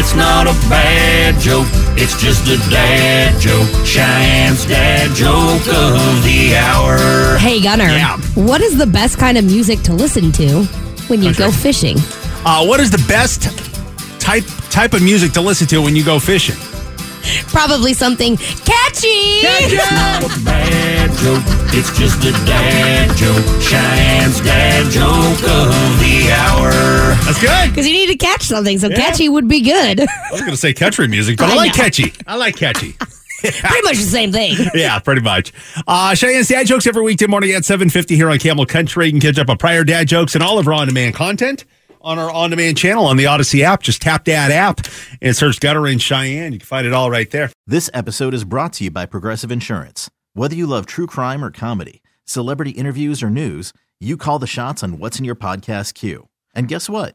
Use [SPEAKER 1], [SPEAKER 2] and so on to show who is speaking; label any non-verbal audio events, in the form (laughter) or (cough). [SPEAKER 1] It's not a bad joke, it's just a dad joke. Cheyenne's dad joke of the hour.
[SPEAKER 2] Hey, Gunner.
[SPEAKER 1] Yeah.
[SPEAKER 2] What is the best kind of music to listen to when you go fishing?
[SPEAKER 3] Uh, what is the best type type of music to listen to when you go fishing?
[SPEAKER 2] Probably something catchy. (laughs)
[SPEAKER 1] Not a bad joke, it's just a dad joke. Cheyenne's dad joke of the hour.
[SPEAKER 3] That's good.
[SPEAKER 2] Because you need to catch something, so
[SPEAKER 3] Yeah.
[SPEAKER 2] catchy would be good. (laughs)
[SPEAKER 3] I was going to say country music, but I,
[SPEAKER 2] I
[SPEAKER 3] like
[SPEAKER 2] know.
[SPEAKER 3] catchy. I like catchy.
[SPEAKER 2] (laughs) Pretty much the same thing.
[SPEAKER 3] (laughs) yeah, pretty much. Uh, Cheyenne's dad jokes every weekday morning at 7.50 here on Camel Country. You can catch up on prior dad jokes and all of our on-demand content on our on-demand channel on the Odyssey app. Just tap that app and search Gutter and Cheyenne. You can find it all right there.
[SPEAKER 4] This episode is brought to you by Progressive Insurance. Whether you love true crime or comedy, celebrity interviews or news, you call the shots on what's in your podcast queue. And guess what?